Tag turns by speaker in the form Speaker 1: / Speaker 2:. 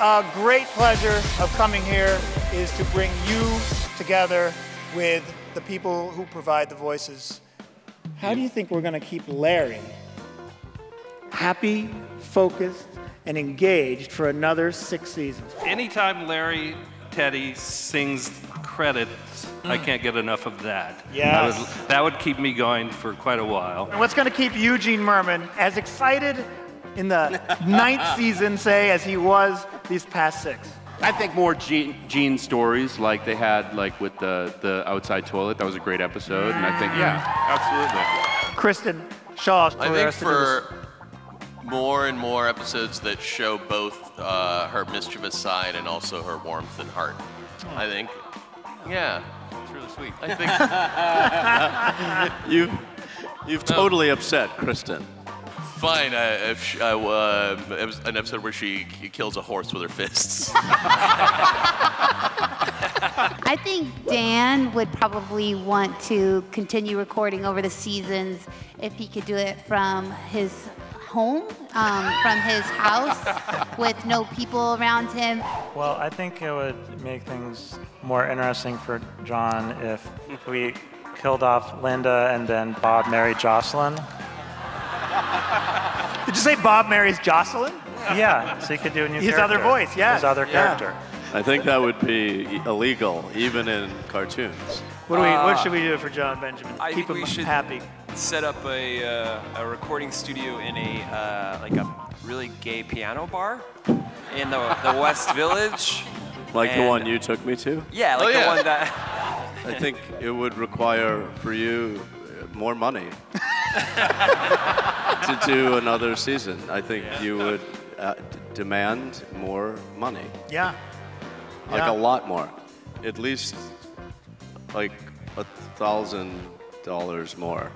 Speaker 1: a great pleasure of coming here is to bring you together with the people who provide the voices. How do you think we're going to keep Larry happy, focused, and engaged for another six seasons?
Speaker 2: Anytime Larry Teddy sings credits, I can't get enough of that.
Speaker 1: Yes.
Speaker 2: I would- that would keep me going for quite a while.
Speaker 1: And what's going to keep Eugene Merman as excited in the ninth season, say, as he was these past six?
Speaker 3: I think more Gene, Gene stories like they had like with the, the outside toilet. That was a great episode, and I think yeah,
Speaker 1: Kristen Shaw.
Speaker 4: I
Speaker 1: for
Speaker 4: think
Speaker 1: us to do this.
Speaker 4: for more and more episodes that show both uh, her mischievous side and also her warmth and heart. I think, yeah,
Speaker 2: Oh. It's really sweet.
Speaker 4: I think
Speaker 3: absolutely. You you've totally upset Kristen.
Speaker 4: fine. Uh, if she, uh, uh, it was an episode where she k- kills a horse with her fists.
Speaker 5: I think Dan would probably want to continue recording over the seasons if he could do it from his home, um, from his house with no people around him.
Speaker 6: Well, I think it would make things more interesting for John if we killed off Linda and then Bob married Jocelyn.
Speaker 1: Did you say Bob marries Jocelyn?
Speaker 6: Yeah, so you could do a new
Speaker 1: His
Speaker 6: character.
Speaker 1: other voice, yes,
Speaker 6: His other
Speaker 1: yeah.
Speaker 6: character.
Speaker 7: I think that would be illegal, even in cartoons.
Speaker 1: What, do we, what should we do for John Benjamin?
Speaker 8: Uh, I
Speaker 1: Keep
Speaker 8: think
Speaker 1: him
Speaker 8: we should
Speaker 1: happy.
Speaker 8: set up a, uh, a recording studio in a uh, like a really gay piano bar in the, the West Village.
Speaker 7: Like the
Speaker 8: And-
Speaker 7: one you took me to.
Speaker 8: Yeah, like
Speaker 4: Oh, yeah.
Speaker 8: the one that.
Speaker 7: I think it would require for you uh, more money to do another season. I think you would uh, d- demand more money,
Speaker 1: Yeah.
Speaker 7: like
Speaker 1: Yeah.
Speaker 7: a lot more, at least like a thousand dollars more.